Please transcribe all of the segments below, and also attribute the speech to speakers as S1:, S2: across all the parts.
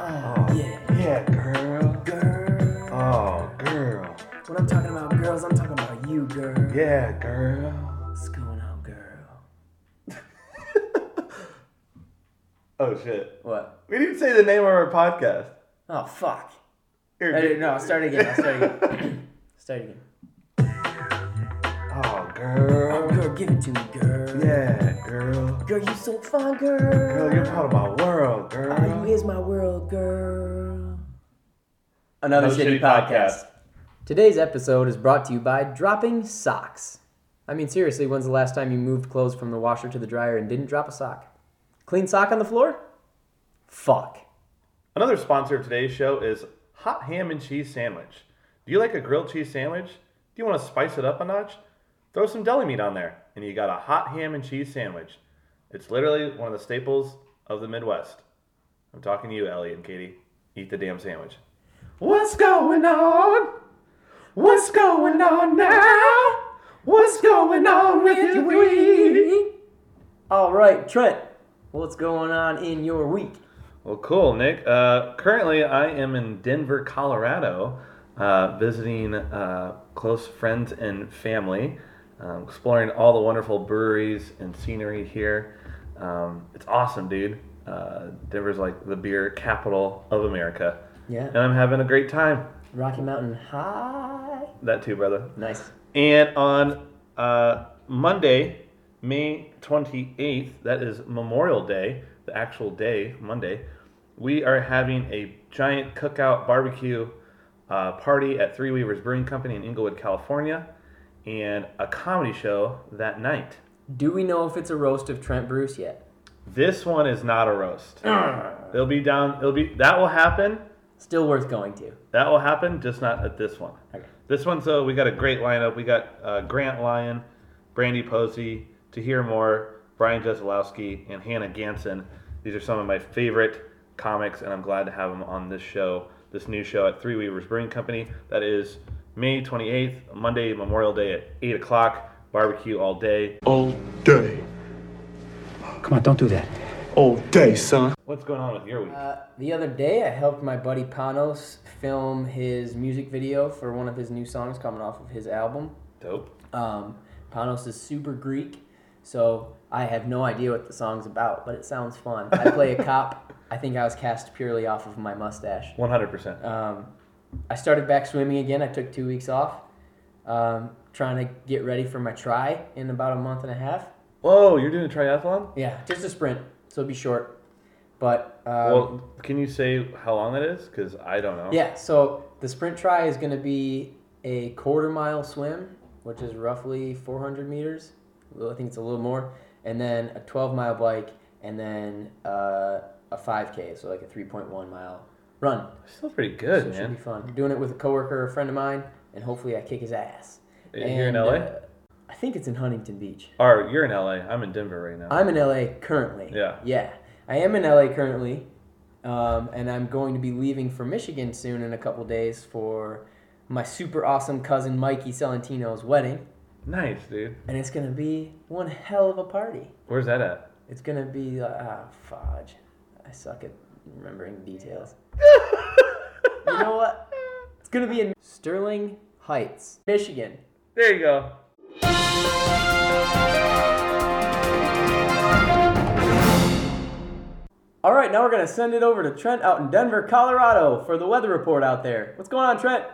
S1: Oh,
S2: Yeah.
S1: yeah, girl.
S2: Girl.
S1: Oh, girl.
S2: When I'm talking about girls, I'm talking about you, girl.
S1: Yeah, girl.
S2: What's going on, girl?
S1: Oh, shit.
S2: What?
S1: We didn't say the name of our podcast.
S2: Oh, fuck.
S1: Here,
S2: I didn't, no, I'll start again. I'll start again. start again.
S1: Oh, girl.
S2: Girl, give it to me, girl.
S1: Yeah, girl.
S2: Girl, you so fine, girl.
S1: Girl, you're part of my world, girl.
S2: Oh, you is my world, girl. Another, shitty,
S1: shitty
S2: podcast.
S1: podcast.
S2: Today's episode is brought to you by Dropping Socks. I mean, seriously, when's the last time you moved clothes from the washer to the dryer and didn't drop a sock? Clean sock on the floor? Fuck.
S1: Another sponsor of today's show is Hot Ham and Cheese Sandwich. Do you like a grilled cheese sandwich? Do you want to spice it up a notch? Throw some deli meat on there, and you got a hot ham and cheese sandwich. It's literally one of the staples of the Midwest. I'm talking to you, Ellie and Katie. Eat the damn sandwich. What's going on? What's going on now? What's going on with your week?
S2: All right, Trent, what's going on in your week?
S1: Well, cool, Nick. Uh, currently, I am in Denver, Colorado, uh, visiting uh, close friends and family, um, exploring all the wonderful breweries and scenery here. Um, it's awesome, dude. Uh, Denver's like the beer capital of America. And
S2: Yeah,
S1: I'm having a great time.
S2: Rocky Mountain High.
S1: That too, brother.
S2: Nice.
S1: And on uh, Monday, May 28th, that is Memorial Day, the actual day, Monday, we are having a giant cookout barbecue uh, party at Three Weavers Brewing Company in Inglewood, California, and a comedy show that night.
S2: Do we know if it's a roast of Trent Bruce yet?
S1: This one is not a roast. it'll be down, it'll be, that will happen.
S2: Still worth going to.
S1: That will happen, just not at this one.
S2: Okay.
S1: This one, so we got a great lineup. We got uh, Grant Lyon, Brandy Posey, Tahir Moore, Brian Jeselowski, and Hannah Ganson. These are some of my favorite comics, and I'm glad to have them on this show, this new show at Three Weavers Brewing Company. That is May 28th, Monday, Memorial Day at 8 o'clock. Barbecue all day.
S3: all day,
S4: Come on, don't do that.
S3: all day, son.
S1: What's going on with your week?
S2: Uh, the other day, I helped my buddy Panos film his music video for one of his new songs coming off of his album.
S1: Dope.
S2: Um, Panos is super Greek, so I have no idea what the song's about, but it sounds fun. I play a cop. I think I was cast purely off of my mustache.
S1: 100%.
S2: Um, I started back swimming again. I took two weeks off, um, trying to get ready for my try in about a month and a half.
S1: Whoa, you're doing a triathlon?
S2: Yeah, just a sprint, so it'll be short. But um,
S1: Well, can you say how long that is? Because I don't know.
S2: Yeah, so the sprint try is going to be a quarter mile swim, which is roughly 400 meters. Well, I think it's a little more. And then a 12 mile bike, and then uh, a 5K, so like a 3.1 mile run.
S1: Still pretty good,
S2: So it should
S1: man.
S2: be fun. I'm doing it with a coworker, a friend of mine, and hopefully I kick his ass.
S1: You're in
S2: And,
S1: LA?
S2: uh, I think it's in Huntington Beach.
S1: Or you're in LA. I'm in Denver right now.
S2: I'm in LA currently.
S1: Yeah.
S2: Yeah. I am in LA currently. Um, and I'm going to be leaving for Michigan soon in a couple days for my super awesome cousin Mikey Celentino's wedding.
S1: nice, dude.
S2: And it's going to be one hell of a party.
S1: Where's that at?
S2: It's going to be, uh, ah, fudge. I suck at remembering details. you know what? It's going to be in Sterling Heights, Michigan.
S1: There you go.
S2: All right, now we're going to send it over to Trent out in Denver, Colorado for the weather report out there. What's going on, Trent?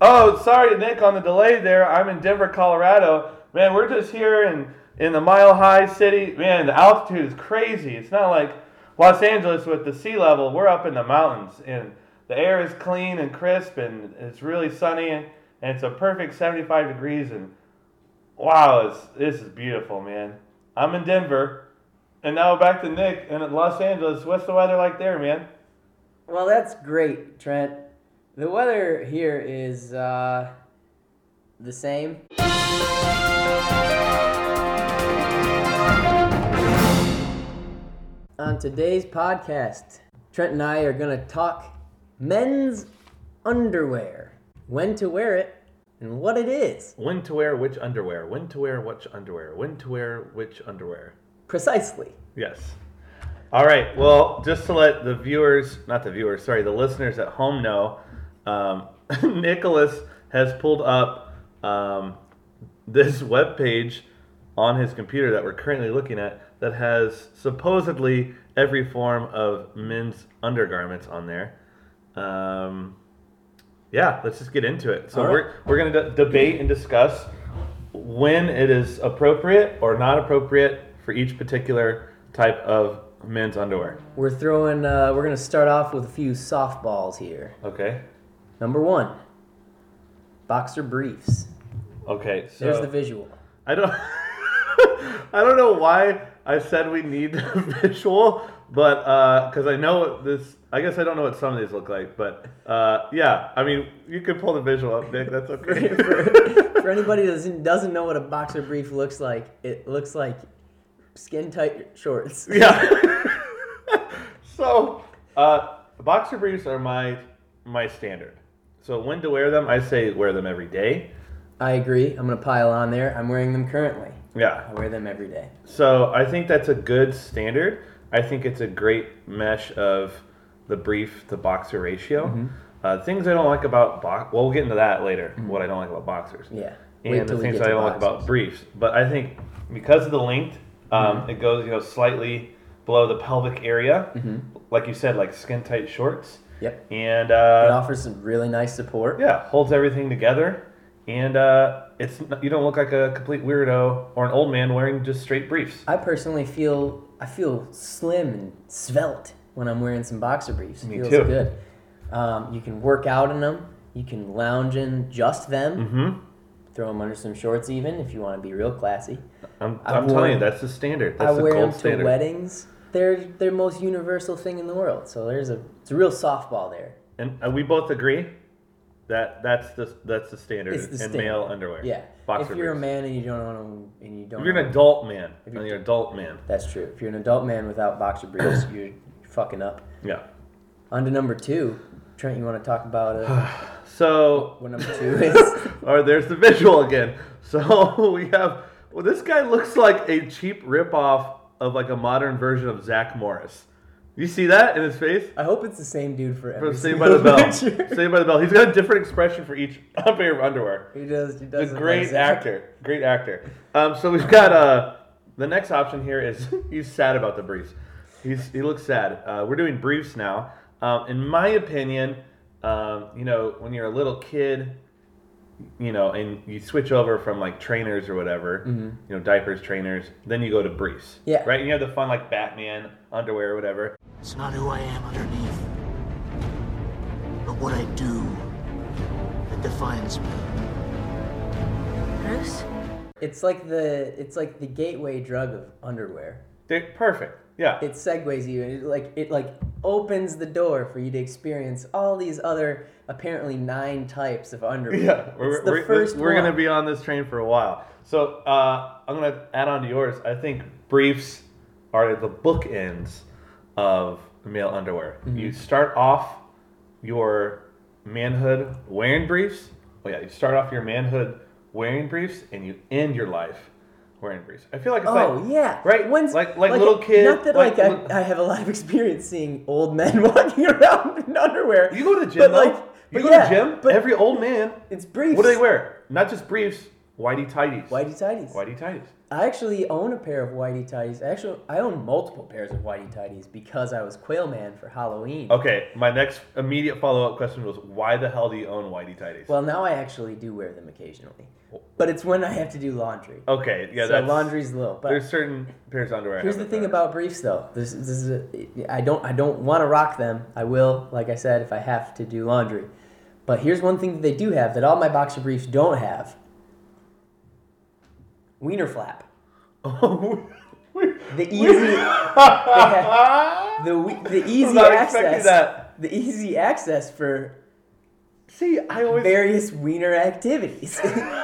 S1: Oh, sorry, Nick, on the delay there. I'm in Denver, Colorado. Man, we're just here in in the Mile High City. Man, the altitude is crazy. It's not like Los Angeles with the sea level. We're up in the mountains, and the air is clean and crisp, and it's really sunny, and it's a perfect 75 degrees. And wow, it's, this is beautiful, man. I'm in Denver, and now back to Nick in Los Angeles. What's the weather like there, man?
S2: Well, that's great, Trent. The weather here is uh, the same. On today's podcast, Trent and I are going to talk men's underwear, when to wear it, and what it is.
S1: When to wear which underwear? When to wear which underwear? When to wear which underwear?
S2: Precisely.
S1: Yes. All right. Well, just to let the viewers, not the viewers, sorry, the listeners at home know, um, Nicholas has pulled up um, this webpage on his computer that we're currently looking at that has supposedly every form of men's undergarments on there. Um, yeah, let's just get into it. So
S2: All right.
S1: we're, we're going to debate and discuss when it is appropriate or not appropriate for each particular type of men's underwear.
S2: We're throwing. Uh, we're gonna start off with a few softballs here.
S1: Okay.
S2: Number one, boxer briefs.
S1: Okay. So
S2: There's the visual.
S1: I don't I don't know why I said we need the visual, but because I know what this. I guess I don't know what some of these look like, but uh, yeah. I mean, you could pull the visual up, Nick. That's okay.
S2: For anybody that doesn't doesn't know what a boxer brief looks like, it looks like skin tight shorts.
S1: yeah. so, uh, boxer briefs are my my standard. So when to wear them, I say wear them every day.
S2: I agree. I'm gonna pile on there. I'm wearing them currently.
S1: Yeah.
S2: I wear them every day.
S1: So I think that's a good standard. I think it's a great mesh of the brief to boxer ratio. Uh, things I don't like about box. Well, we'll get into that later. What I don't like about boxers.
S2: Yeah.
S1: And the
S2: we
S1: things
S2: get
S1: I
S2: to
S1: don't like about
S2: boxers.
S1: briefs, but I think because of the length, um,
S2: Mm-hmm.
S1: it goes you know slightly below the pelvic area,
S2: Mm-hmm.
S1: like you said, like skin tight shorts,
S2: Yep.
S1: and
S2: It
S1: uh,
S2: offers some really nice support.
S1: yeah, holds everything together, and uh, it's n- you don't look like a complete weirdo or an old man wearing just straight briefs.
S2: I personally feel I feel slim and svelte when I'm wearing some boxer briefs.
S1: Me
S2: Feels
S1: too.
S2: good. Um, you can work out in them. You can lounge in just them.
S1: Mhm.
S2: Throw them under some shorts even if you want to be real classy.
S1: I'm,
S2: I
S1: I'm telling you,
S2: wear-
S1: that's the standard. That's
S2: I
S1: the
S2: wear
S1: gold
S2: them to
S1: standard.
S2: weddings. They're their most universal thing in the world. So there's a it's a real softball there.
S1: And uh, we both agree that that's the that's the standard
S2: It's the
S1: in
S2: standard.
S1: male underwear.
S2: Yeah.
S1: boxer
S2: if you're
S1: briefs.
S2: a man and you don't own 'em- and you don't
S1: If you're
S2: own
S1: an adult man.
S2: If
S1: You're
S2: you're-
S1: an adult man.
S2: That's true. If you're an adult man without boxer briefs, you're fucking up.
S1: Yeah.
S2: On to number two. Trent, you want to talk about uh,
S1: So,
S2: what number two is?
S1: or there's the visual again. So we have. Well, this guy looks like a cheap ripoff of like a modern version of Zach Morris. You see that in his face?
S2: I hope it's the same dude for
S1: From
S2: every
S1: Saved by the
S2: single
S1: Bell.
S2: picture.
S1: Saved by the Bell. He's got a different expression for each pair of underwear.
S2: He does. He
S1: a
S2: does. look like
S1: great
S2: Zach.
S1: actor. Great actor. Um, so we've got uh, the next option here is he's sad about the briefs. He's he looks sad. Uh, we're doing briefs now. Um, in my opinion, um, you know, when you're a little kid, you know, and you switch over from like trainers or whatever, you know, diapers, trainers, then you go to briefs.
S2: Yeah.
S1: Right. And you have the fun like Batman underwear or whatever.
S5: It's not who I am underneath, but what I do that defines me.
S6: Bruce?
S2: It's like the it's like the gateway drug of underwear.
S1: They're perfect. Yeah.
S2: It segues you and it like it like opens the door for you to experience all these other apparently nine types of underwear.
S1: Yeah, we're,
S2: it's the
S1: we're,
S2: first
S1: we're gonna
S2: one.
S1: be on this train for a while. So uh, I'm gonna add on to yours. I think briefs are the bookends of male underwear.
S2: Mm-hmm.
S1: You start off your manhood wearing briefs. Well, yeah, you start off your manhood wearing briefs, and you end your life wearing briefs. I feel like it's
S2: Oh
S1: like
S2: yeah,
S1: right?
S2: When's,
S1: like like, little kid.
S2: Not that like,
S1: li-
S2: I, I have a lot of experience seeing old men walking around in underwear.
S1: you go to the gym.
S2: but
S1: though.
S2: like,
S1: you
S2: but
S1: go
S2: yeah,
S1: to the gym.
S2: But
S1: every old man.
S2: it's briefs.
S1: What do they wear? Not just briefs. Whitey tighties.
S2: Whitey tighties.
S1: Whitey tighties.
S2: I actually own a pair of whitey tighties. Actually, I own multiple pairs of whitey tighties because I was Quail Man for Halloween.
S1: Okay, my next immediate follow up question was why the hell do you own whitey tighties?
S2: Well, now I actually do wear them occasionally, but it's when I have to do laundry.
S1: okay, Oh, yeah,
S2: so
S1: that's
S2: laundry's low. But
S1: There's certain pairs of underwear. I
S2: Here's the
S1: haven't
S2: thing
S1: tried.
S2: about briefs, though. This, this is a, I don't I don't want to rock them. I will, like I said, if I have to do laundry. But here's one thing that they do have that all my boxer briefs don't have. Wiener flap. The easy, they have the we- the easy
S1: not expecting
S2: access.
S1: that.
S2: The easy access for
S1: See, I always
S2: various wiener activities.
S1: I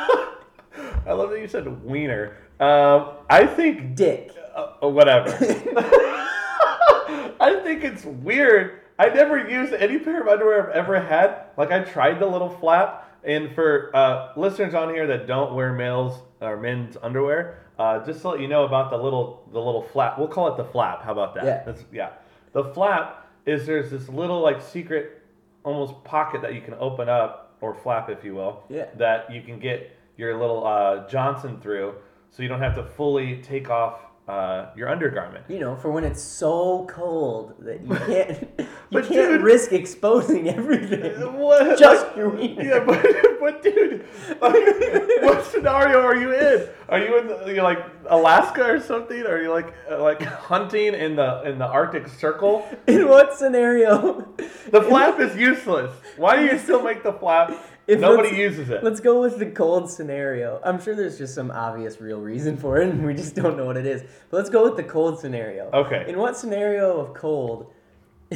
S1: love that you said wiener. Um, I think
S2: Dick.
S1: uh, uh, whatever. I think it's weird. I never used any pair of underwear I've ever had. Like I tried the little flap, and for uh, listeners on here that don't wear males or men's underwear, Uh, just to let you know about the little the little flap. We'll call it the flap. How about that?
S2: Yeah.
S1: That's, yeah. The flap is there's this little like secret, almost pocket that you can open up or flap, if you will.
S2: Yeah.
S1: That you can get your little uh, Johnson through, so you don't have to fully take off uh, your undergarment.
S2: You know, for when it's so cold that you can't you
S1: But
S2: can't
S1: dude-
S2: risk exposing everything.
S1: What?
S2: Just
S1: like-
S2: your wiener.
S1: Yeah, but, but dude, like, what scenario are you in? Are you in the, you're like Alaska or something? Are you like uh, like hunting in the in the Arctic Circle?
S2: In what scenario?
S1: The flap is useless. Why do you still make the flap?
S2: If
S1: Nobody
S2: let's-
S1: uses it.
S2: Let's go with the cold scenario. I'm sure there's just some obvious real reason for it, and we just don't know what it is. But let's go with the cold scenario.
S1: Okay.
S2: In what scenario of cold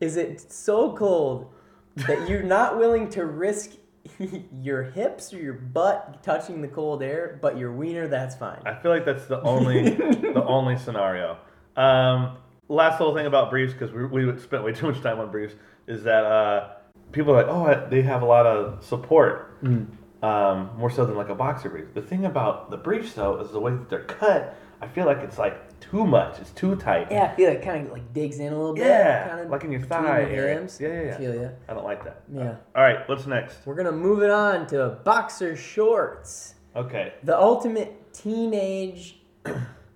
S2: is it so cold that you're not willing to risk your hips or your butt touching the cold air, but your wiener, that's fine.
S1: I feel like that's the only the only scenario. Um, last little thing about briefs because we, we spent way too much time on briefs is that uh, people are like, oh, I- they have a lot of support, um, more so than like a boxer brief. The thing about the briefs though is the way that they're cut. I feel like it's like too much. It's too tight.
S2: Yeah, I feel like it kind of like digs in a little bit.
S1: Yeah,
S2: kinda
S1: like in your
S2: between
S1: thigh
S2: your
S1: area.
S2: hams.
S1: Yeah, yeah, yeah.
S2: I feel ya.
S1: I don't like that. Uh,
S2: Yeah.
S1: All right, what's next?
S2: We're gonna move it on to boxer shorts.
S1: Okay.
S2: the ultimate teenage,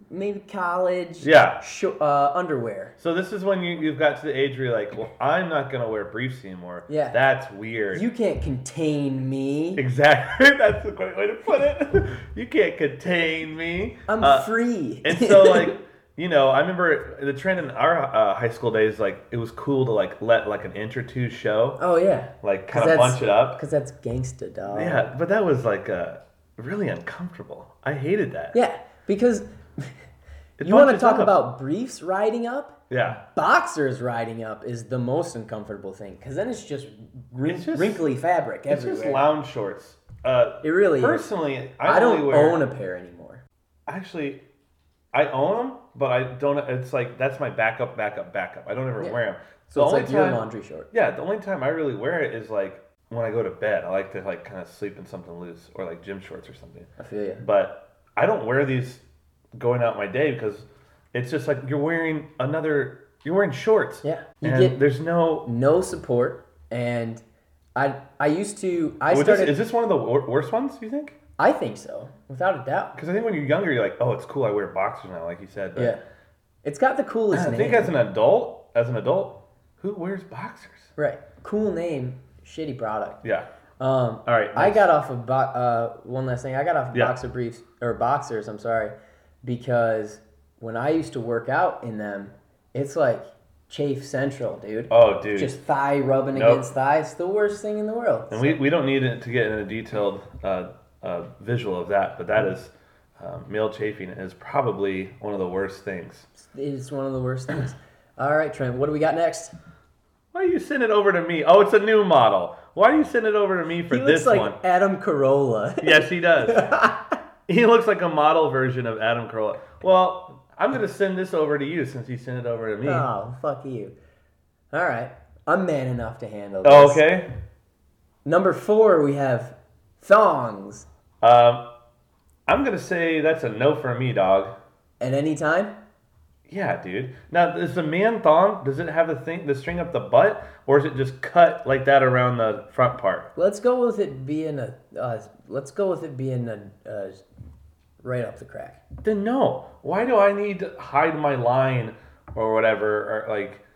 S2: maybe college,
S1: Yeah.
S2: sho- uh, underwear.
S1: So this is when you, you've got to the age where you're like, well, I'm not gonna wear briefs anymore.
S2: Yeah.
S1: That's weird.
S2: You can't contain me.
S1: Exactly. That's the great way to put it. you can't contain me.
S2: I'm
S1: Uh,
S2: free.
S1: and so, like, you know, I remember the trend in our uh, high school days, like, it was cool to, like, let, like, an inch or two show,
S2: oh yeah,
S1: like, kind of bunch it up.
S2: because that's gangsta dog.
S1: Yeah, but that was, like, uh, really uncomfortable. I hated that.
S2: yeah, because
S1: It
S2: you want to
S1: bunches
S2: talk
S1: up.
S2: about briefs riding up.
S1: Yeah.
S2: Boxers riding up is the most uncomfortable thing because then it's just, wrin-
S1: It's just-
S2: wrinkly fabric
S1: It's
S2: everywhere.
S1: just lounge shorts. Uh,
S2: it really is.
S1: personally, I,
S2: I don't
S1: only wear,
S2: own a pair anymore.
S1: actually I own them, but I don't. It's like that's my backup, backup, backup. I don't ever
S2: Yeah.
S1: wear them.
S2: So it's like your laundry short.
S1: Yeah, the only time I really wear it is like when I go to bed. I like to like kind of sleep in something loose or like gym shorts or something.
S2: I feel you.
S1: But I don't wear these going out my day because it's just like you're wearing another. You're wearing shorts.
S2: Yeah. You
S1: And
S2: get-
S1: there's no.
S2: no support and I I used to I
S1: Well, this-
S2: started
S1: is this one of the wor- worst ones? You think?
S2: I think so without a doubt
S1: Because I think when you're younger, you're like, oh, it's cool. I wear boxers now, like you said. But
S2: yeah it's got the coolest
S1: I
S2: name
S1: think as an adult, as an adult, who wears boxers?
S2: right cool name shitty product
S1: Yeah.
S2: um
S1: All right.
S2: I got off of bo- uh one last thing I got off of
S1: Yeah.
S2: boxer briefs or boxers I'm sorry because when I used to work out in them it's like chafe central dude
S1: Oh, dude.
S2: just thigh rubbing
S1: Nope.
S2: against thigh it's the worst thing in the world
S1: And we, we don't need it to get in a detailed uh, uh, visual of that, but that is um, male chafing is probably one of the worst things.
S2: it's one of the worst things all right Trent what do we got next
S1: Why do you send it over to me? Oh, it's a new model. Why do you send it over to me for
S2: He looks
S1: this
S2: like
S1: one?
S2: Adam Carolla.
S1: Yes, he does. he looks like a model version of Adam Carolla. Well, I'm going to send this over to you since you sent it over to me.
S2: oh, fuck you. All right. I'm man enough to handle this.
S1: Oh, okay.
S2: Number four, we have thongs.
S1: Um, I'm going to say that's a no for me, dog.
S2: At any time?
S1: Yeah, dude. Now, is the man thong? Does it have the thing, the string up the butt, or is it just cut like that around the front part?
S2: Let's go with it being a. Uh, let's go with it being a. Uh, right up the crack.
S1: Then no. Why do I need to hide my line or whatever? Or like,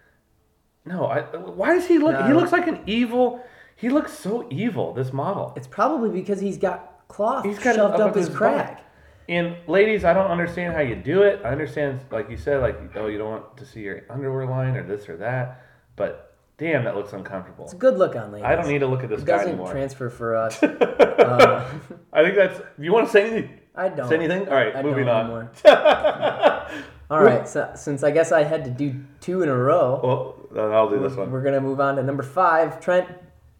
S1: no. I. Why does he look? He
S2: No.
S1: looks like an evil. He looks so evil. This model.
S2: It's probably because he's got cloth
S1: He's got it
S2: shoved
S1: up
S2: up,
S1: with
S2: his,
S1: his
S2: crack.
S1: butt. And ladies, I don't understand how you do it. I understand, like you said, like oh, you don't want to see your underwear line or this or that. But damn, that looks uncomfortable.
S2: It's a good look on ladies.
S1: I don't need to look at this
S2: It
S1: guy
S2: doesn't
S1: anymore.
S2: transfer for us.
S1: I think that's. You want to say anything?
S2: I don't.
S1: Say anything? All right,
S2: I
S1: moving
S2: don't
S1: on.
S2: anymore. All right. So since I guess I had to do two in a row.
S1: Well, then I'll do Oh, this one.
S2: We're gonna move on to number five. Trent,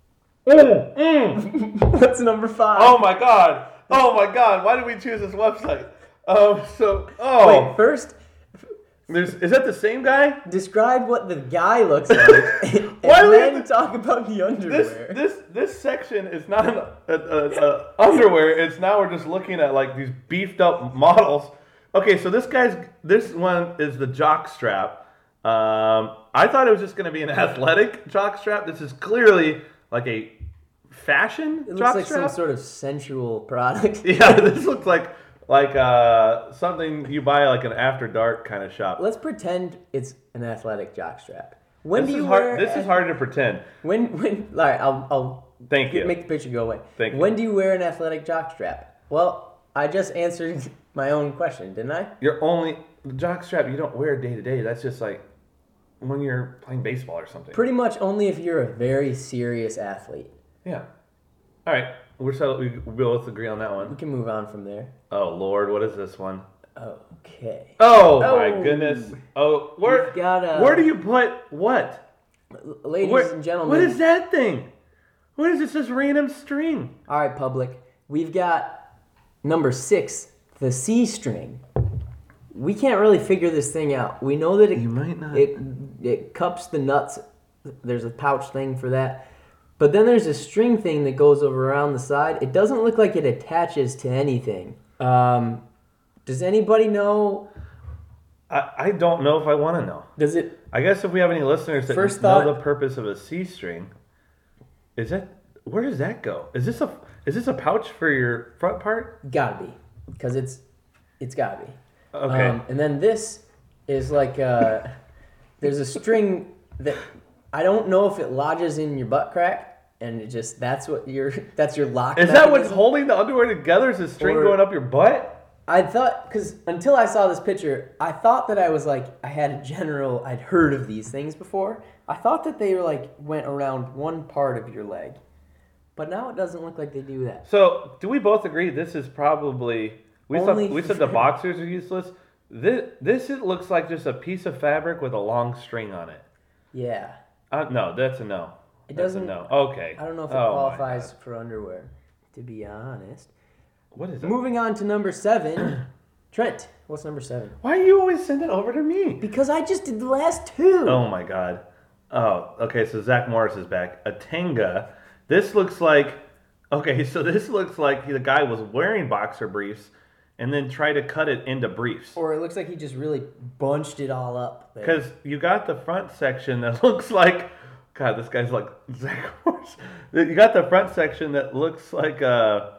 S1: Mm, mm.
S2: what's number five?
S1: Oh my god! Oh my god! Why did we choose this website? Um. So, oh,
S2: Wait, first,
S1: There's is that the same guy?
S2: Describe what the guy looks like, and
S1: Why do we have
S2: then
S1: to-
S2: talk about the
S1: This
S2: underwear.
S1: this this section is not an, a, a, a underwear. It's now we're just looking at like these beefed up models. Okay, so this guy's this one is the jock strap. Um, I thought it was just going to be an athletic jock strap. This is clearly like a fashion
S2: it looks
S1: jock
S2: like
S1: strap.
S2: some sort of sensual product.
S1: yeah, this looks like like uh, something you buy like an after dark kind of shop.
S2: Let's pretend it's an athletic jockstrap. When
S1: This
S2: do you
S1: is
S2: wear?
S1: hard. This
S2: a-
S1: is hard to pretend.
S2: When when? All right, I'll I'll
S1: Thank you.
S2: make the picture go away.
S1: Thank
S2: when
S1: you.
S2: do you wear an athletic jockstrap? Well, I just answered my own question, didn't I?
S1: You're only the jock strap you don't wear day to day. That's just like when you're playing baseball or something.
S2: Pretty much only if you're a very serious athlete.
S1: yeah. All right. We're settled. We we both agree on that
S2: We
S1: one.
S2: can move on from there.
S1: Oh Lord, what is this one?
S2: Okay.
S1: Oh, my
S2: Oh.
S1: goodness. Oh, where
S2: We've got a-
S1: where do you put what?
S2: L- Ladies
S1: Where-
S2: and gentlemen.
S1: what is that thing? What is this? This random string.
S2: All right, public. We've got number six, the C string. We can't really figure this thing out. We know that it
S1: You might not.
S2: it it cups the nuts. There's a pouch thing for that. But then there's a string thing that goes over around the side. It doesn't look like it attaches to anything. Um, does anybody know?
S1: I, I don't know if I want to know.
S2: Does it?
S1: I guess if we have any listeners that
S2: First
S1: know
S2: thought-
S1: the purpose of a C string, is that where does that go? Is this a is this a pouch for your front part?
S2: Gotta be, because it's it's gotta be.
S1: Okay.
S2: Um, and then this is like uh, there's a string that I don't know if it lodges in your butt crack, and it just that's what your that's your lock.
S1: is that what's
S2: mechanism.
S1: holding the underwear together? Is a string
S2: Or-
S1: going up your butt?
S2: I thought because until I saw this picture, I thought that I was like I had a general I'd heard of these things before. I thought that they were like went around one part of your leg, but now it doesn't look like they do that.
S1: So do we both agree this is probably we said,
S2: Only-
S1: we said the boxers are useless. This this it looks like just a piece of fabric with a long string on it.
S2: Yeah,
S1: Uh, no, that's a no.
S2: It
S1: That's a
S2: doesn't-
S1: no. Okay.
S2: I don't know if it
S1: Oh my
S2: qualifies
S1: God.
S2: for underwear. To be honest,
S1: What is that?
S2: moving on to number seven, Trent. What's number seven?
S1: Why do you always send it over to me?
S2: Because I just did the last two.
S1: Oh my god. Oh, okay. So Zach Morris is back. A Tenga. This looks like. Okay, so this looks like the guy was wearing boxer briefs and then tried to cut it into briefs.
S2: Or it looks like he just really bunched it all up. there.
S1: Because you got the front section that looks like. God, this guy's like Zach Morris. You got the front section that looks like uh,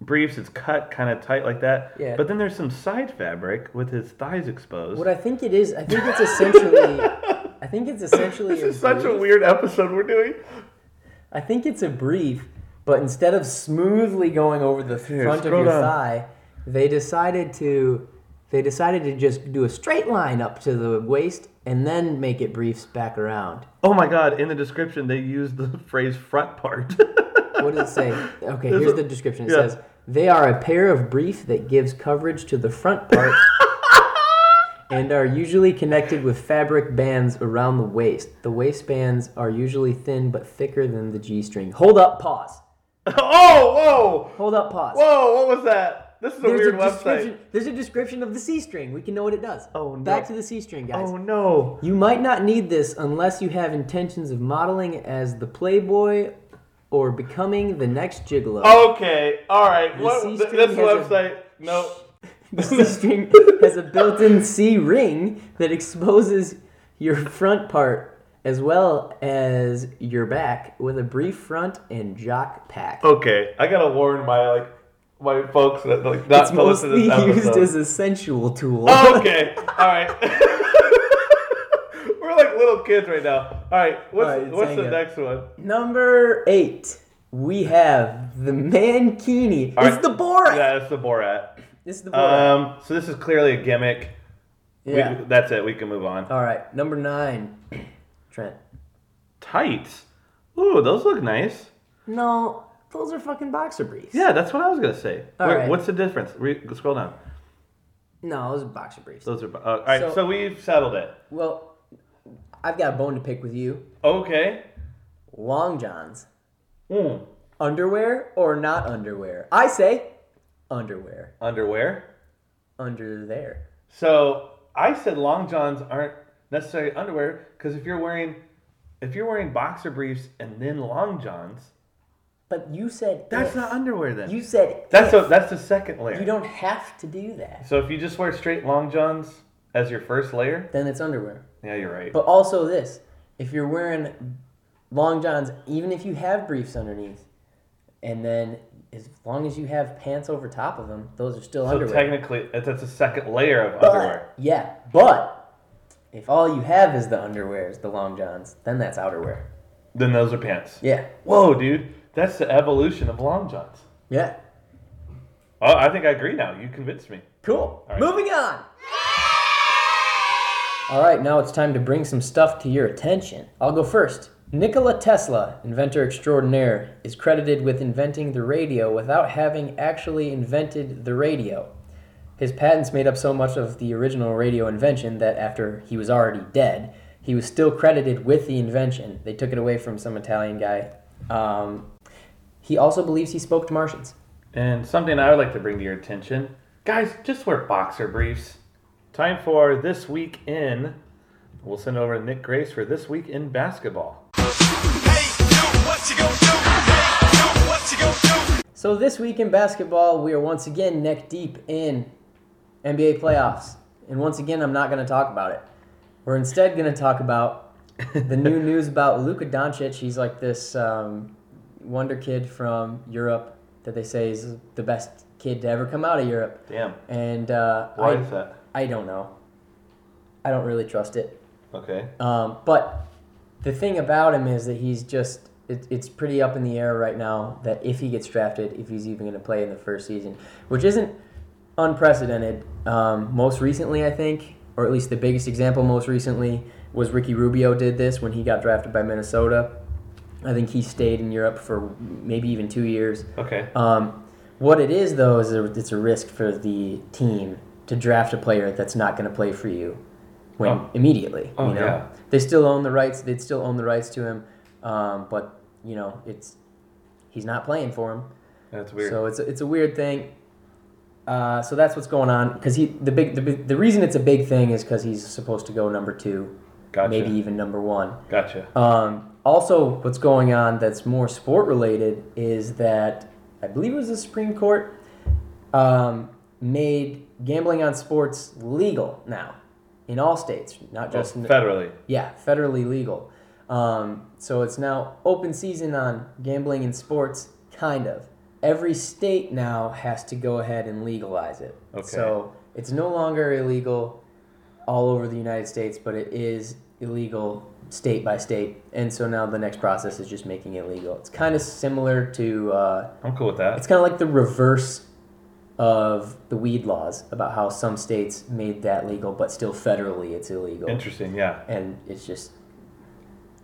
S1: briefs. It's cut kind of tight like that.
S2: Yeah.
S1: But then there's some side fabric with his thighs exposed.
S2: What I think it is, I think it's essentially, I think it's essentially.
S1: this is
S2: a
S1: such a
S2: brief.
S1: weird episode we're doing.
S2: I think it's a brief, but instead of smoothly going over the front of
S1: scroll
S2: your
S1: down.
S2: thigh, they decided to, they decided to just do a straight line up to the waist and then make it briefs back around.
S1: Oh my god, in the description they used the phrase front part.
S2: What does it say? Okay,
S1: There's
S2: here's the
S1: a-
S2: description. It
S1: yeah.
S2: says they are a pair of brief that gives coverage to the front part and are usually connected with fabric bands around the waist. The waistbands are usually thin but thicker than the G string. Hold up, pause.
S1: oh, whoa!
S2: Hold up, pause.
S1: Whoa, what was that? This is a weird website.
S2: description, there's a description of the C string. We can know what it does.
S1: Oh, no.
S2: Back to the C string, guys.
S1: Oh no.
S2: You might not need this unless you have intentions of modeling as the Playboy or becoming the next gigolo.
S1: Oh. Okay, alright. What
S2: C
S1: th-
S2: string
S1: this
S2: has a-
S1: website no.
S2: The C string has a built-in C ring that exposes your front part as well as your back with a brief front and jock pack.
S1: Okay. I gotta warn my like my folks that like not
S2: it's
S1: to listen to
S2: mostly
S1: this
S2: used
S1: episode. Oh,
S2: as a sensual tool.
S1: okay. Alright. We're like little kids right now. Alright, what's
S2: Alright,
S1: what's
S2: hang
S1: the
S2: up.
S1: next one?
S2: Number eight, we have the mankini.
S1: All
S2: it's
S1: right.
S2: the Borat.
S1: Yeah, it's the Borat.
S2: It's the Borat.
S1: Um so this is clearly a gimmick. We-
S2: yeah.
S1: that's it, we can move on.
S2: All right, number nine, Trent.
S1: tights. Ooh, those look nice.
S2: No, those are fucking boxer briefs.
S1: Yeah, that's what I was gonna say.
S2: All
S1: Wait,
S2: right.
S1: What's the difference? Re- scroll down.
S2: No, those are boxer briefs.
S1: Those are uh, all right. So,
S2: So-
S1: we've settled it.
S2: Well, I've got a bone to pick with you.
S1: Okay.
S2: Long johns,
S1: Mm.
S2: underwear or not underwear? I say underwear.
S1: Underwear.
S2: Under there.
S1: So I said long johns aren't necessarily underwear because if you're wearing if you're wearing boxer briefs and then long johns,
S2: But you said
S1: that's
S2: if.
S1: not underwear then.
S2: You said
S1: that's
S2: if.
S1: the that's the second layer.
S2: You don't have to do that.
S1: so if you just wear straight long johns as your first layer,
S2: Then it's underwear.
S1: yeah, you're right.
S2: But also this, if you're wearing long johns, even if you have briefs underneath, and then as long as you have pants over top of them, those are still
S1: so
S2: underwear.
S1: technically, that's that's a second layer of
S2: but,
S1: underwear.
S2: Yeah, but if all you have is the underwears, the long johns, then that's outerwear.
S1: Then those are pants.
S2: Yeah,
S1: Whoa, dude, that's the evolution of long johns.
S2: yeah,
S1: Oh, I think I agree now. You convinced me.
S2: cool.
S1: right.
S2: Moving on. All right, now it's time to bring some stuff to your attention. I'll go first. Nikola Tesla, inventor extraordinaire, is credited with inventing the radio without having actually invented the radio. His patents made up so much of the original radio invention that after he was already dead, he was still credited with the invention. They took it away from some Italian guy. Um, he also believes he spoke to Martians.
S1: And something I would like to bring to your attention, guys, just wear boxer briefs. Time for this week in. We'll send over to Nick Grace for this week in basketball.
S2: So this week in basketball, we are once again neck deep in NBA playoffs. And once again, I'm not going to talk about it. We're instead going to talk about the new news about Luka Doncic. He's like this um, wonder kid from Europe that they say is the best kid to ever come out of Europe.
S1: Damn.
S2: And uh,
S1: Why
S2: I,
S1: is that?
S2: I don't know. I don't really trust it.
S1: Okay.
S2: Um, but the thing about him is that he's just it, it's pretty up in the air right now that if he gets drafted, if he's even going to play in the first season, which isn't unprecedented. Um, most recently, I think, or at least the biggest example most recently was Ricky Rubio did this when he got drafted by Minnesota. I think he stayed in Europe for maybe even two years.
S1: Okay.
S2: Um, what it is though is a- it's a risk for the team to draft a player that's not going to play for you when
S1: Oh.
S2: immediately.
S1: Oh,
S2: you know,
S1: yeah.
S2: they still own the rights. They'd still own the rights to him, um, but you know, it's he's not playing for him.
S1: That's weird.
S2: So it's a, it's a weird thing. Uh, so that's what's going on because he the big the, big- the reason it's a big thing is because he's supposed to go number two,
S1: gotcha.
S2: maybe even number one.
S1: Gotcha.
S2: Um, also, what's going on that's more sport related is that I believe it was the Supreme Court um, made gambling on sports legal now in all states, not
S1: Well,
S2: just in
S1: Oh, federally.
S2: yeah, federally legal. Um, so it's now open season on gambling in sports, kind of. Every state now has to go ahead and legalize it.
S1: Okay.
S2: So it's no longer illegal all over the United States, but it is illegal state by state. And so now the next process is just making it legal. It's kind of similar to, uh,
S1: I'm cool with that.
S2: it's kind of like the reverse of the weed laws about how some states made that legal, but still federally it's illegal
S1: Interesting. Yeah.
S2: and it's just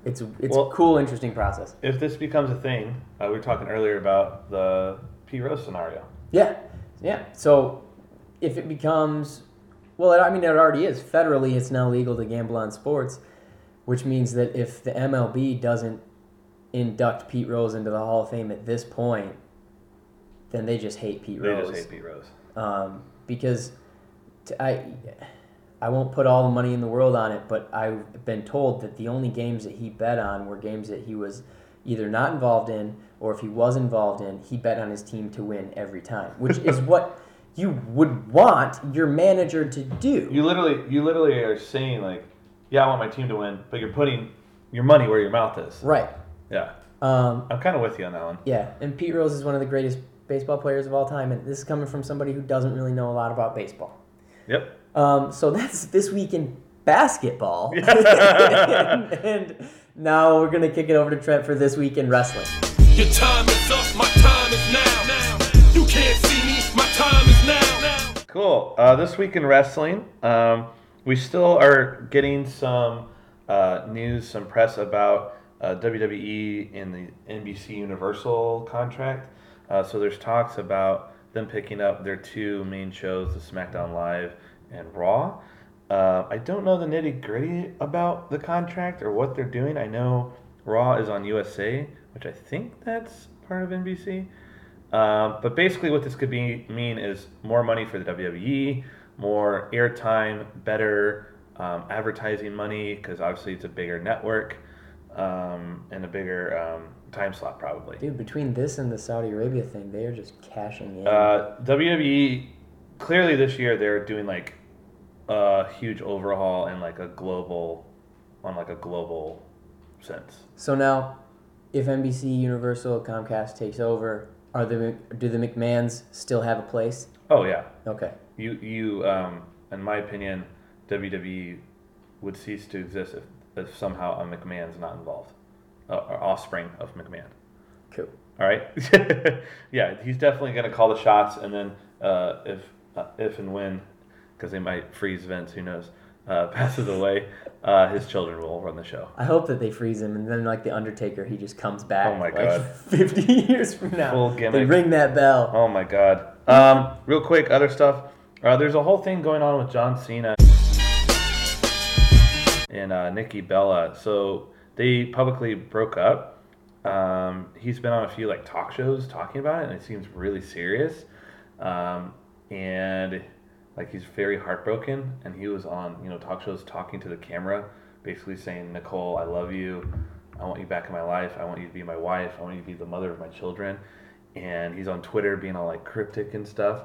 S2: it's it's
S1: Well-
S2: a cool interesting process
S1: If this becomes a thing, uh, we were talking earlier about the P Rose scenario.
S2: yeah yeah so if it becomes well it, i mean it already is federally it's now legal to gamble on sports which means that if the mlb doesn't induct pete rose into the hall of fame at this point then they just hate pete
S1: They
S2: rose
S1: just hate Pete Rose.
S2: um, because t- I I won't put all the money in the world on it, but I've been told that the only games that he bet on were games that he was either not involved in or if he was involved in, he bet on his team to win every time, which is what you would want your manager to do.
S1: You literally, you literally are saying like, "Yeah, I want my team to win," but you're putting your money where your mouth is.
S2: Right.
S1: Yeah,
S2: Um,
S1: I'm kind of with you on that one.
S2: yeah, and Pete Rose is one of the greatest baseball players of all time, and this is coming from somebody who doesn't really know a lot about baseball.
S1: Yep.
S2: Um, so that's this week in basketball. and, and now we're going to kick it over to Trent for this week in wrestling.
S6: Your time is up, my time is now. You can't see me, my time is now.
S1: Cool. Uh, this week in wrestling, um, we still are getting some uh, news, some press about uh, WWE and the NBC Universal contract. Uh, so there's talks about them picking up their two main shows, the SmackDown Live and Raw. Uh, I don't know the nitty gritty about the contract or what they're doing. I know Raw is on USA, which I think that's part of Uh, NBC. Um, but basically, what this could be, mean is more money for the WWE, more airtime, better um, advertising money because obviously it's a bigger network um, and a bigger um, time slot probably.
S2: Dude, between this and the Saudi Arabia thing, they are just cashing in.
S1: Uh, WWE clearly this year they're doing like a huge overhaul and like a global on like a global sense.
S2: so now, if NBC, Universal, Comcast takes over, are the do the McMahons still have a place?
S1: Oh yeah,
S2: Okay.
S1: you you um, in my opinion, WWE would cease to exist if, if somehow a McMahon's not involved, uh, or offspring of McMahon.
S2: Cool.
S1: All right. yeah, he's definitely going to call the shots, and then uh, if uh, if and when, because they might freeze Vince, who knows, uh, passes away, uh, his children will run the show.
S2: I hope that they freeze him, and then like the Undertaker, he just comes back.
S1: Oh my
S2: like,
S1: God.
S2: Fifty years from now,
S1: Full
S2: they
S1: gimmick.
S2: ring that bell.
S1: Oh my God. Um, real quick, other stuff. Uh, there's a whole thing going on with John Cena and uh, Nikki Bella. So they publicly broke up. Um, he's been on a few like talk shows talking about it, and it seems really serious. Um, and like he's very heartbroken, and he was on you know talk shows talking to the camera, basically saying, "Nicole, I love you. I want you back in my life. I want you to be my wife. I want you to be the mother of my children." And he's on Twitter being all like cryptic and stuff.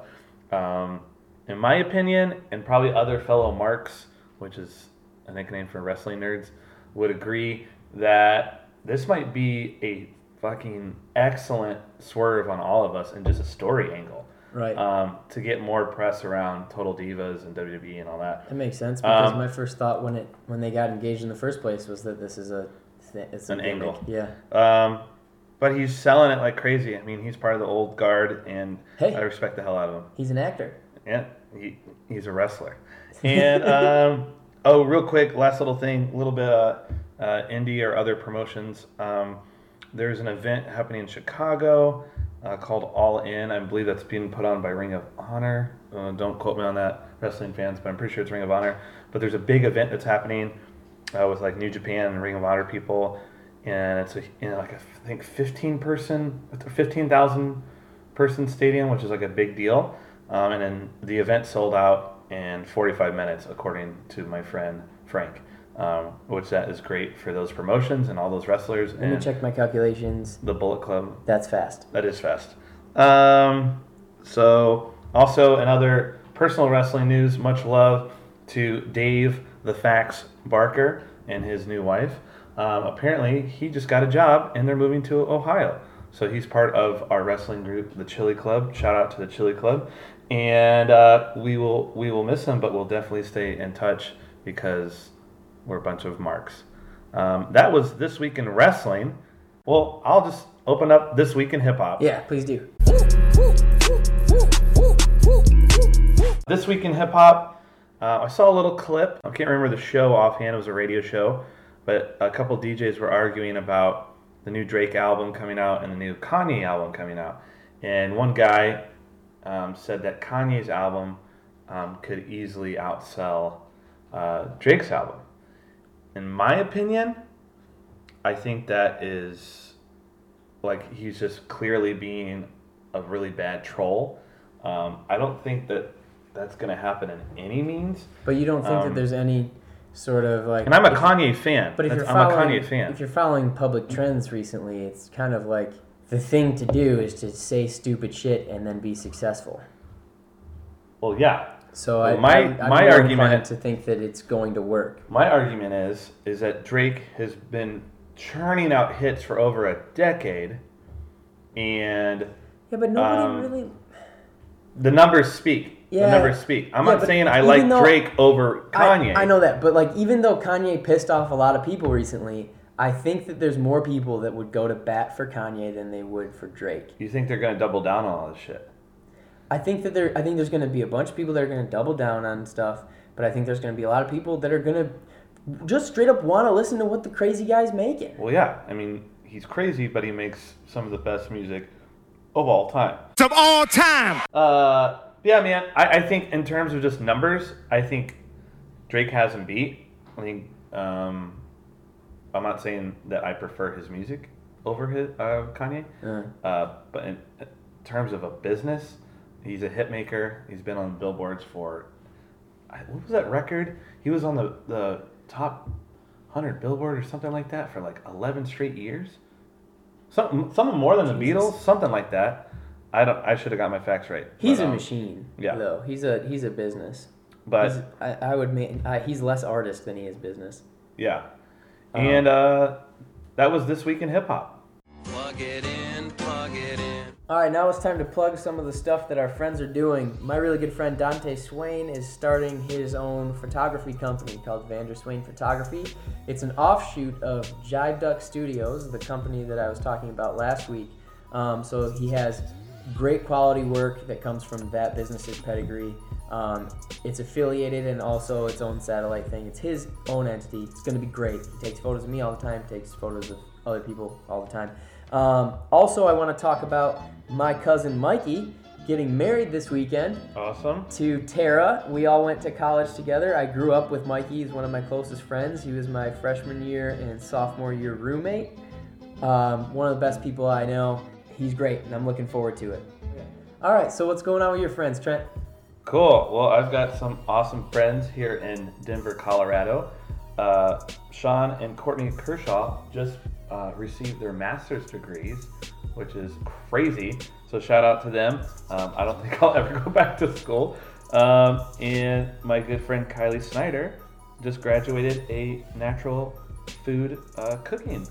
S1: Um, in my opinion, and probably other fellow marks, which is a nickname for wrestling nerds, would agree that this might be a fucking excellent swerve on all of us and just a story angle
S2: Right.
S1: um, to get more press around Total Divas and WWE and all that.
S2: that makes sense because
S1: um,
S2: my first thought when it when they got engaged in the first place was that this is a th- it's a
S1: An
S2: gimmick.
S1: angle.
S2: Yeah.
S1: Um, but he's selling it like crazy. I mean, he's part of the old guard, and
S2: Hey.
S1: I respect the hell out of him.
S2: He's an actor.
S1: Yeah, he, he's a wrestler. And um, oh, real quick, last little thing, a little bit uh, uh, indie or other promotions. Um, there's an event happening in Chicago uh, called All In. I believe that's being put on by Ring of Honor. Uh, don't quote me on that, wrestling fans, but I'm pretty sure it's Ring of Honor. But there's a big event that's happening uh, with like New Japan and Ring of Honor people, and it's a, you know, like a, I think 15 person, 15,000 person stadium, which is like a big deal. Um, and then the event sold out in 45 minutes, according to my friend Frank, um, which that is great for those promotions and all those wrestlers
S2: Let me
S1: and
S2: check my calculations.
S1: the Bullet Club
S2: That's fast.
S1: that is fast. Um, so, also another personal wrestling news. Much love to Dave the Fax Barker and his new wife. Um, apparently, he just got a job and they're moving to Ohio. So he's part of our wrestling group, the Chili Club. Shout out to the Chili Club, and uh, we will we will miss him, but we'll definitely stay in touch because we're a bunch of marks. Um, that was this week in wrestling. Well, I'll just open up this week in hip hop.
S2: Yeah, please do.
S1: This week in hip hop, uh, I saw a little clip. I can't remember the show offhand. It was a radio show, but a couple DJs were arguing about the new Drake album coming out and the new Kanye album coming out. And one guy um, said that Kanye's album um, could easily outsell uh, Drake's album. In my opinion, I think that is like he's just clearly being a really bad troll. Um, I don't think that that's going to happen in any means.
S2: But you don't think that there's any sort of like.
S1: Um, And I'm a
S2: if-
S1: Kanye fan.
S2: But if
S1: That's-
S2: you're
S1: I'm a
S2: following,
S1: Kanye fan.
S2: if you're following public trends recently, it's kind of like the thing to do is to say stupid shit and then be successful.
S1: Well, yeah.
S2: So I,
S1: Well, my-
S2: I'm, I'm
S1: my
S2: more
S1: argument-
S2: inclined to think that it's going to work.
S1: My argument is is that Drake has been churning out hits for over a decade, and
S2: Yeah, but nobody
S1: Um,
S2: really.
S1: the numbers speak.
S2: Yeah.
S1: The numbers speak. I'm
S2: Yeah,
S1: not
S2: but
S1: saying I
S2: even
S1: like
S2: though-
S1: Drake over
S2: I-
S1: Kanye.
S2: I, know that, but like even though Kanye pissed off a lot of people recently, I think that there's more people that would go to bat for Kanye than they would for Drake.
S1: You think they're gonna double down on all this shit?
S2: I think that there. I think there's going to be a bunch of people that are going to double down on stuff, but I think there's going to be a lot of people that are going to just straight up want to listen to what the crazy guy's making.
S1: Well, yeah. I mean, he's crazy, but he makes some of the best music of all time.
S7: of all time.
S1: Uh, yeah, man. I, I think in terms of just numbers, I think Drake has him beat. I think um, I'm not saying that I prefer his music over his uh, Kanye, uh, but in terms of a business, he's a hit maker. He's been on billboards for I- what was that record? He was on the the top hundred Billboard or something like that for like eleven straight years. Something something more than the
S2: Jesus.
S1: Beatles, something like that. I don't. I should have got my facts right.
S2: He's
S1: but,
S2: a
S1: um,
S2: machine.
S1: yeah.
S2: Though he's a he's a business.
S1: But
S2: He's- I, I would make I, he's less artist than he is business.
S1: yeah,
S2: Uh-huh.
S1: and uh, that was this week in hip hop.
S6: Plug it in, plug it in.
S2: All right, now it's time to plug some of the stuff that our friends are doing. My really good friend Dante Swain is starting his own photography company called Vander Swain Photography. It's an offshoot of Jive Duck Studios, the company that I was talking about last week. Um, so he has great quality work that comes from that business's pedigree. Um, it's affiliated and also its own satellite thing. It's his own entity. It's going to be great. He takes photos of me all the time, takes photos of other people all the time. Um, also, I want to talk about my cousin Mikey getting married this weekend
S1: Awesome.
S2: to Tara. We all went to college together. I grew up with Mikey. He's one of my closest friends. He was my freshman year and sophomore year roommate. Um, one of the best people I know. He's great, and I'm looking forward to it. All right, so what's going on with your friends, Trent?
S1: Cool. Well, I've got some awesome friends here in Denver, Colorado. Uh, Sean and Courtney Kershaw just uh, received their master's degrees, which is crazy. So shout out to them. Um, I don't think I'll ever go back to school. Um, and my good friend Kylie Snyder just graduated a natural food uh, cooking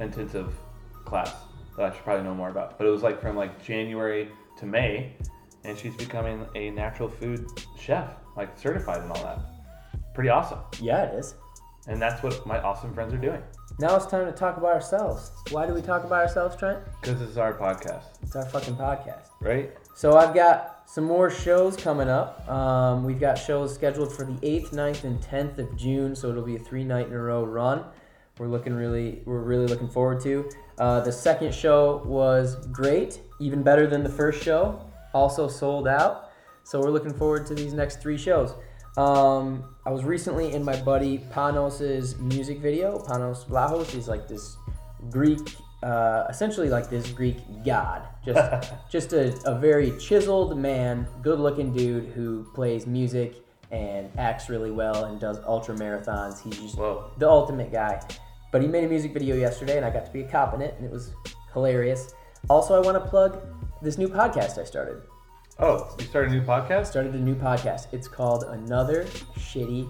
S1: intensive class that I should probably know more about. But it was like from like January to May, and she's becoming a natural food chef, like certified and all that. Pretty awesome.
S2: Yeah, it is.
S1: And that's what my awesome friends are doing
S2: Now it's time to talk about ourselves. Why do we talk about ourselves, Trent?
S1: because this is our podcast,
S2: It's our fucking podcast.
S1: right?
S2: So I've got some more shows coming up. Um, we've got shows scheduled for the 8th, 9th, and 10th of June, so it'll be a three night in a row run. We're looking really, we're really looking forward to. Uh, the second show was great, even better than the first show. Also sold out. So we're looking forward to these next three shows. Um, I was recently in my buddy Panos's music video. Panos Vlahos is like this Greek, uh, essentially like this Greek god, just just a, a very chiseled man, good-looking dude who plays music and acts really well and does ultra marathons. He's just
S1: Whoa.
S2: the ultimate guy. But he made a music video yesterday, and I got to be a cop in it, and it was hilarious. Also, I want to plug this new podcast I started
S1: Oh, you started a new podcast?
S2: started a new podcast. It's called Another Shitty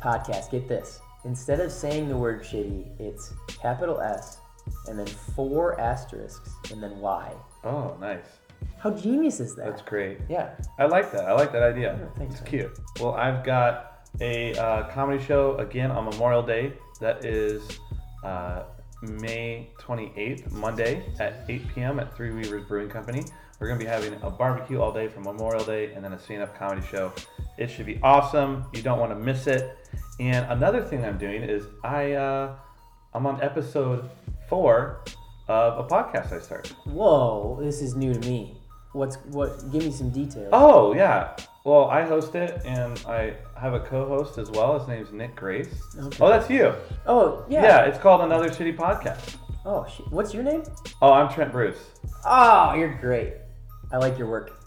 S2: Podcast. Get this. Instead of saying the word shitty, it's capital S and then four asterisks and then Y.
S1: Oh, nice.
S2: How genius is that?
S1: That's great.
S2: Yeah.
S1: I like that. I like that idea.
S2: thanks,
S1: it's
S2: man.
S1: cute. Well, I've got a uh, comedy show again on Memorial Day. That is uh, May 28th, Monday at 8 p.m. at Three Weavers Brewing Company. We're going to be having a barbecue all day for Memorial Day and then a stand up comedy show. It should be awesome. You don't want to miss it. And another thing I'm doing is I, uh, I'm on episode four of a podcast I started.
S2: Whoa, this is new to me. What's what? Give me some details.
S1: Oh yeah. Well, I host it, and I have a co-host as well. His name's Nick Grace.
S2: Okay.
S1: Oh, that's you.
S2: Oh, yeah.
S1: Yeah. it's called Another Shitty Podcast.
S2: Oh, shit. what's your name?
S1: Oh, I'm Trent Bruce.
S2: Oh, you're great. I like your work.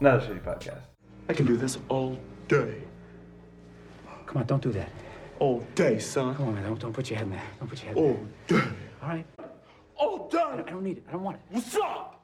S1: Another Shitty Podcast.
S3: I can do this all day.
S4: Come on, don't do that.
S3: All day, son.
S4: Come on, man. Don't, don't put your head in there. Don't put your head in
S3: All day.
S4: there. All right?
S3: All day.
S4: I don't need it. I don't want it.
S3: What's up?